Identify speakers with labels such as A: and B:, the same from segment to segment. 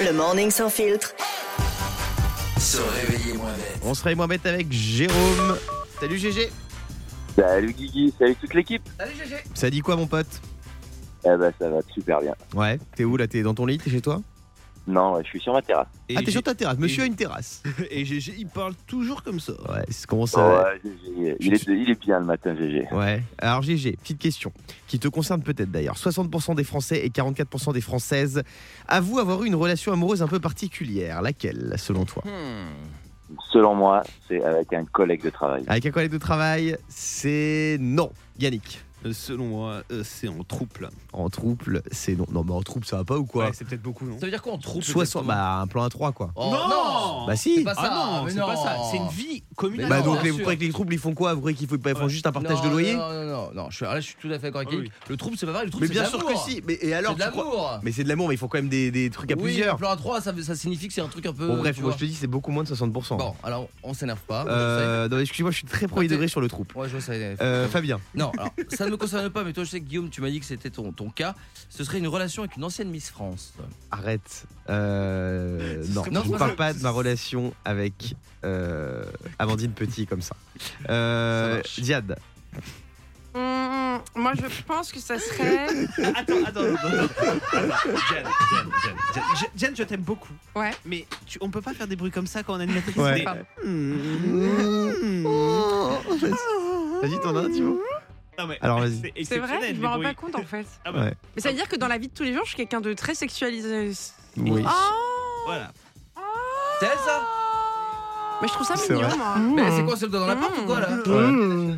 A: Le morning sans filtre.
B: Se réveiller moins bête.
C: On serait moins bête avec Jérôme. Salut GG.
D: Salut Guigui, salut toute l'équipe.
C: Salut GG. Ça dit quoi mon pote
D: Eh ben ça va super bien.
C: Ouais. T'es où là T'es dans ton lit T'es chez toi
D: Non, je suis sur ma terrasse.
C: Ah t'es sur ta terrasse. Monsieur a une terrasse.
E: Et GG, il parle toujours comme ça.
C: Ouais. C'est comment ça va
D: Ouais, GG. Il, est, il est bien le matin, GG.
C: Ouais. Alors GG, petite question qui te concerne peut-être d'ailleurs. 60% des Français et 44% des Françaises avouent avoir eu une relation amoureuse un peu particulière. Laquelle, selon toi
F: Hmm.
D: Selon moi, c'est avec un collègue de travail.
C: Avec un collègue de travail, c'est non. Yannick.
E: Euh, Selon moi, euh, c'est en troupe là.
C: En trouble, c'est non. Non mais en trouble, ça va pas ou quoi
E: c'est peut-être beaucoup, non
F: Ça veut dire quoi en troupe
C: 60, bah un plan à 3 quoi.
F: Oh,
E: Non
F: non
C: bah
F: C'est
C: si.
F: pas ça,
E: ah non,
F: mais
E: c'est
F: non.
E: pas ça. C'est une vie communale.
C: Bah
F: non,
C: donc
F: bien
C: les, vous
F: sûr.
C: croyez que les troubles ils font quoi Vous croyez qu'ils font- ils font
E: Ouais.
C: juste un partage
F: Non,
C: de loyer
F: Non, non, non, non, je suis, là, je suis tout à fait d'accord avec
E: Ah oui.
F: Yannick. Le trouble, c'est pas vrai. Le trouble,
C: Mais
F: c'est
C: bien
F: de
C: sûr que
F: l'amour. hein.
C: si. Mais et alors
F: C'est de
C: tu crois-
F: l'amour.
C: Mais c'est de l'amour, mais il faut quand même des, des trucs à
F: oui,
C: plusieurs.
F: le plan à 3, ça, veut- ça signifie que c'est un truc un peu.
C: Bon bref,
F: tu
C: moi
F: vois.
C: je te dis c'est beaucoup moins de 60%.
F: Bon, alors on s'énerve pas.
C: Euh, non, excuse-moi, je suis très premier
F: T'es-
C: degré sur le trouble.
F: Ouais, je vois ça.
C: Euh, Fabien,
F: Non, alors ça ne me concerne pas, mais toi, je sais que Guillaume, tu m'as dit que c'était ton, ton cas. Ce serait une relation avec une ancienne Miss France.
C: arrête. Euh,
E: Ce
C: non,
E: serait
C: je ne
E: pas-
C: parle pas de ma relation avec euh, Amandine Petit comme ça.
E: Ça
C: Euh,
E: marche.
C: Diad,
G: Mmh, moi, je pense que ça serait.
E: Attends, attends, attends. attends. Jen, Jen, Jen, Jen, Jen, Jen, je t'aime beaucoup.
G: Ouais.
E: Mais tu- on peut pas faire des bruits comme ça quand on a une matrice.
C: Ouais.
E: Des-
G: Pardon.
E: Mmh.
F: Ah.
C: vas-y, t'en as un, Thibaut
E: Non, mais-
C: Alors, vas-y.
E: C'est
G: C'est vrai,
E: exceptionnel,
G: je
E: les
G: me rends pas
E: bruits.
G: compte en fait.
E: Ah bah,
C: Ouais.
G: Mais ça veut dire que dans la vie de tous les jours, je suis quelqu'un de très sexualisé.
C: Oui.
F: Ah.
G: Oh
E: Voilà.
F: C'est elle, ça
G: Mais je trouve ça
C: C'est
G: mignon,
C: vrai.
G: moi.
F: Mais c'est quoi, c'est dans la porte ou quoi là
G: Mmh.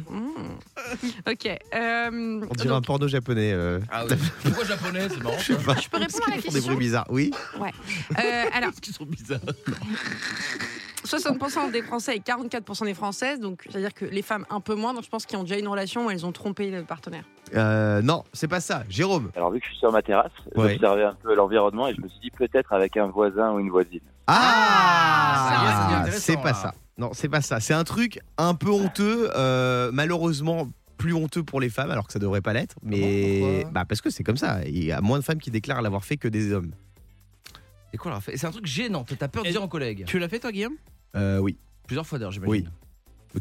G: Ok. euh,
C: On dirait un
G: donc,
C: porno japonais. euh.
F: Ah oui. Pourquoi japonais C'est marrant.
C: Je sais pas.
G: je peux répondre à la
C: Ils font des
G: question.
C: bruits bizarres. Oui.
G: Euh, alors,
F: Parce qu'ils sont bizarres.
G: 60% des Français et 44% des Françaises, donc c'est-à-dire que les femmes un peu moins, donc je pense qu'ils ont déjà une relation où elles ont trompé le partenaire.
C: Euh, non, c'est pas ça. Jérôme.
D: Alors vu que je suis sur ma terrasse,
C: Ouais.
D: j'observais un peu l'environnement et je me suis dit peut-être avec un voisin ou une voisine.
F: Ah, ça,
C: Ah,
F: c'est intéressant,
C: c'est pas
F: là.
C: ça. Non, c'est pas ça. C'est un truc un peu honteux, euh, malheureusement plus honteux pour les femmes, alors que ça devrait pas l'être.
F: bon,
C: Mais
F: pourquoi
C: bah parce que c'est comme ça. Il y a moins de femmes qui déclarent l'avoir fait que des hommes.
F: Et quoi, leur fait C'est un truc gênant. T'as peur de
E: Et-
F: dire en collègue.
E: Tu l'as fait toi, Guillaume
C: Euh, oui,
F: Plusieurs fois d'ailleurs, j'imagine.
C: oui.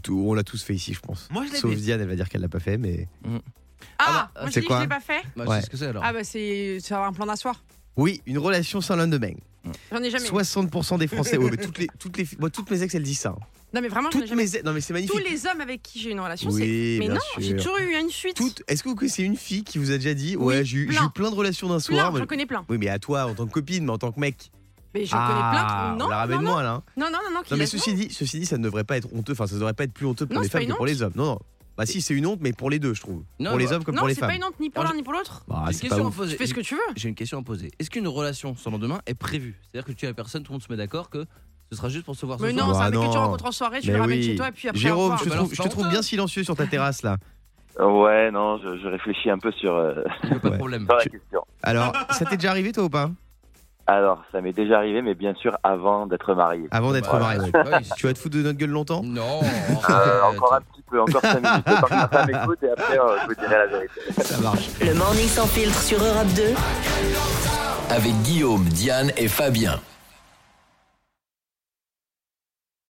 C: Tout- on l'a tous fait ici, je pense.
E: Moi, je l'ai
C: Sauf
E: fait.
C: Diane, elle va dire qu'elle l'a pas fait, mais
G: Ah,
C: bah,
G: moi
C: c'est
G: je dis que
C: quoi
G: je l'ai pas fait.
F: Bah,
C: Ouais.
F: C'est ce que c'est alors.
G: Ah bah c'est c'est un plan d'asseoir.
C: oui, une relation sans lendemain.
G: J'en ai jamais.
C: 60% des Français. Ouais, mais toutes les, toutes les, moi, toutes mes ex, elles disent ça. hein.
G: Non mais vraiment, j'en ai
C: Toutes
G: jamais.
C: mes ex- non mais c'est magnifique.
G: Tous les hommes avec qui j'ai une relation, c'est.
C: oui,
G: Mais
C: bien
G: non, j'ai
C: sûr.
G: toujours eu une fuite.
C: Toutes- Est-ce que vous connaissez une fille qui vous a déjà dit, ouais, j'ai eu j'ai
G: plein.
C: eu plein de relations d'un
G: Plein,
C: soir. mais-
G: j'en connais plein.
C: Oui, mais à toi en tant que copine, mais en tant que mec. Ah,
G: Mais j'en connais plein. Non,
C: la
G: non, non,
C: ramène-moi là. hein.
G: non, non, non, non, qui
C: Non, mais
G: laisse-
C: ceci dit, ceci dit, ça ne devrait pas être honteux. Enfin, ça ne devrait pas être plus honteux pour
G: Non,
C: les
G: c'est pas
C: femmes que
G: une
C: pour les hommes. Non, non. Bah si, c'est une honte, mais pour les deux, je trouve.
F: Non,
C: pour les
F: bah,
C: hommes comme
G: non,
C: pour les
G: c'est pas
C: femmes.
G: une honte ni pour
F: Alors,
G: l'un ni pour l'autre.
F: J'ai une
C: Bah, c'est pas
F: question à
C: ouf.
F: poser.
G: Tu fais ce que tu veux.
F: J'ai une question à poser. Est-ce qu'une relation sans lendemain est prévue C'est-à-dire que tu et la personne, tout le monde se met d'accord que ce sera juste pour se voir ce
G: Mais
F: soir
G: non, c'est un
C: Bah,
G: mec que tu
C: non.
G: rencontres en soirée, tu
C: Mais
G: le ramènes
C: oui.
G: chez toi et puis après. au
C: Jérôme,
G: revoir.
C: je te
F: Bah,
C: trouve,
F: alors,
C: je te
F: c'est
C: trouve
F: honteux.
C: bien silencieux sur ta terrasse là.
D: Euh, Ouais, non, je, je réfléchis un peu sur, euh,
F: Il y a pas
C: Ouais.
F: de problème.
D: sur la question.
C: Alors, ça t'est déjà arrivé toi ou pas
D: Alors, ça m'est déjà arrivé, mais bien sûr avant d'être marié.
C: Avant d'être
F: Bah,
C: marié.
F: ouais, ouais,
C: Tu vas te foutre de notre gueule longtemps
F: Non.
D: Euh,
F: arrête.
D: encore un petit peu, encore 5 minutes, le temps que ma femme écoute et après euh, je vous dirai la vérité.
C: Ça marche.
A: Le morning sans filtre sur Europe 2.
B: Avec Guillaume, Diane et Fabien.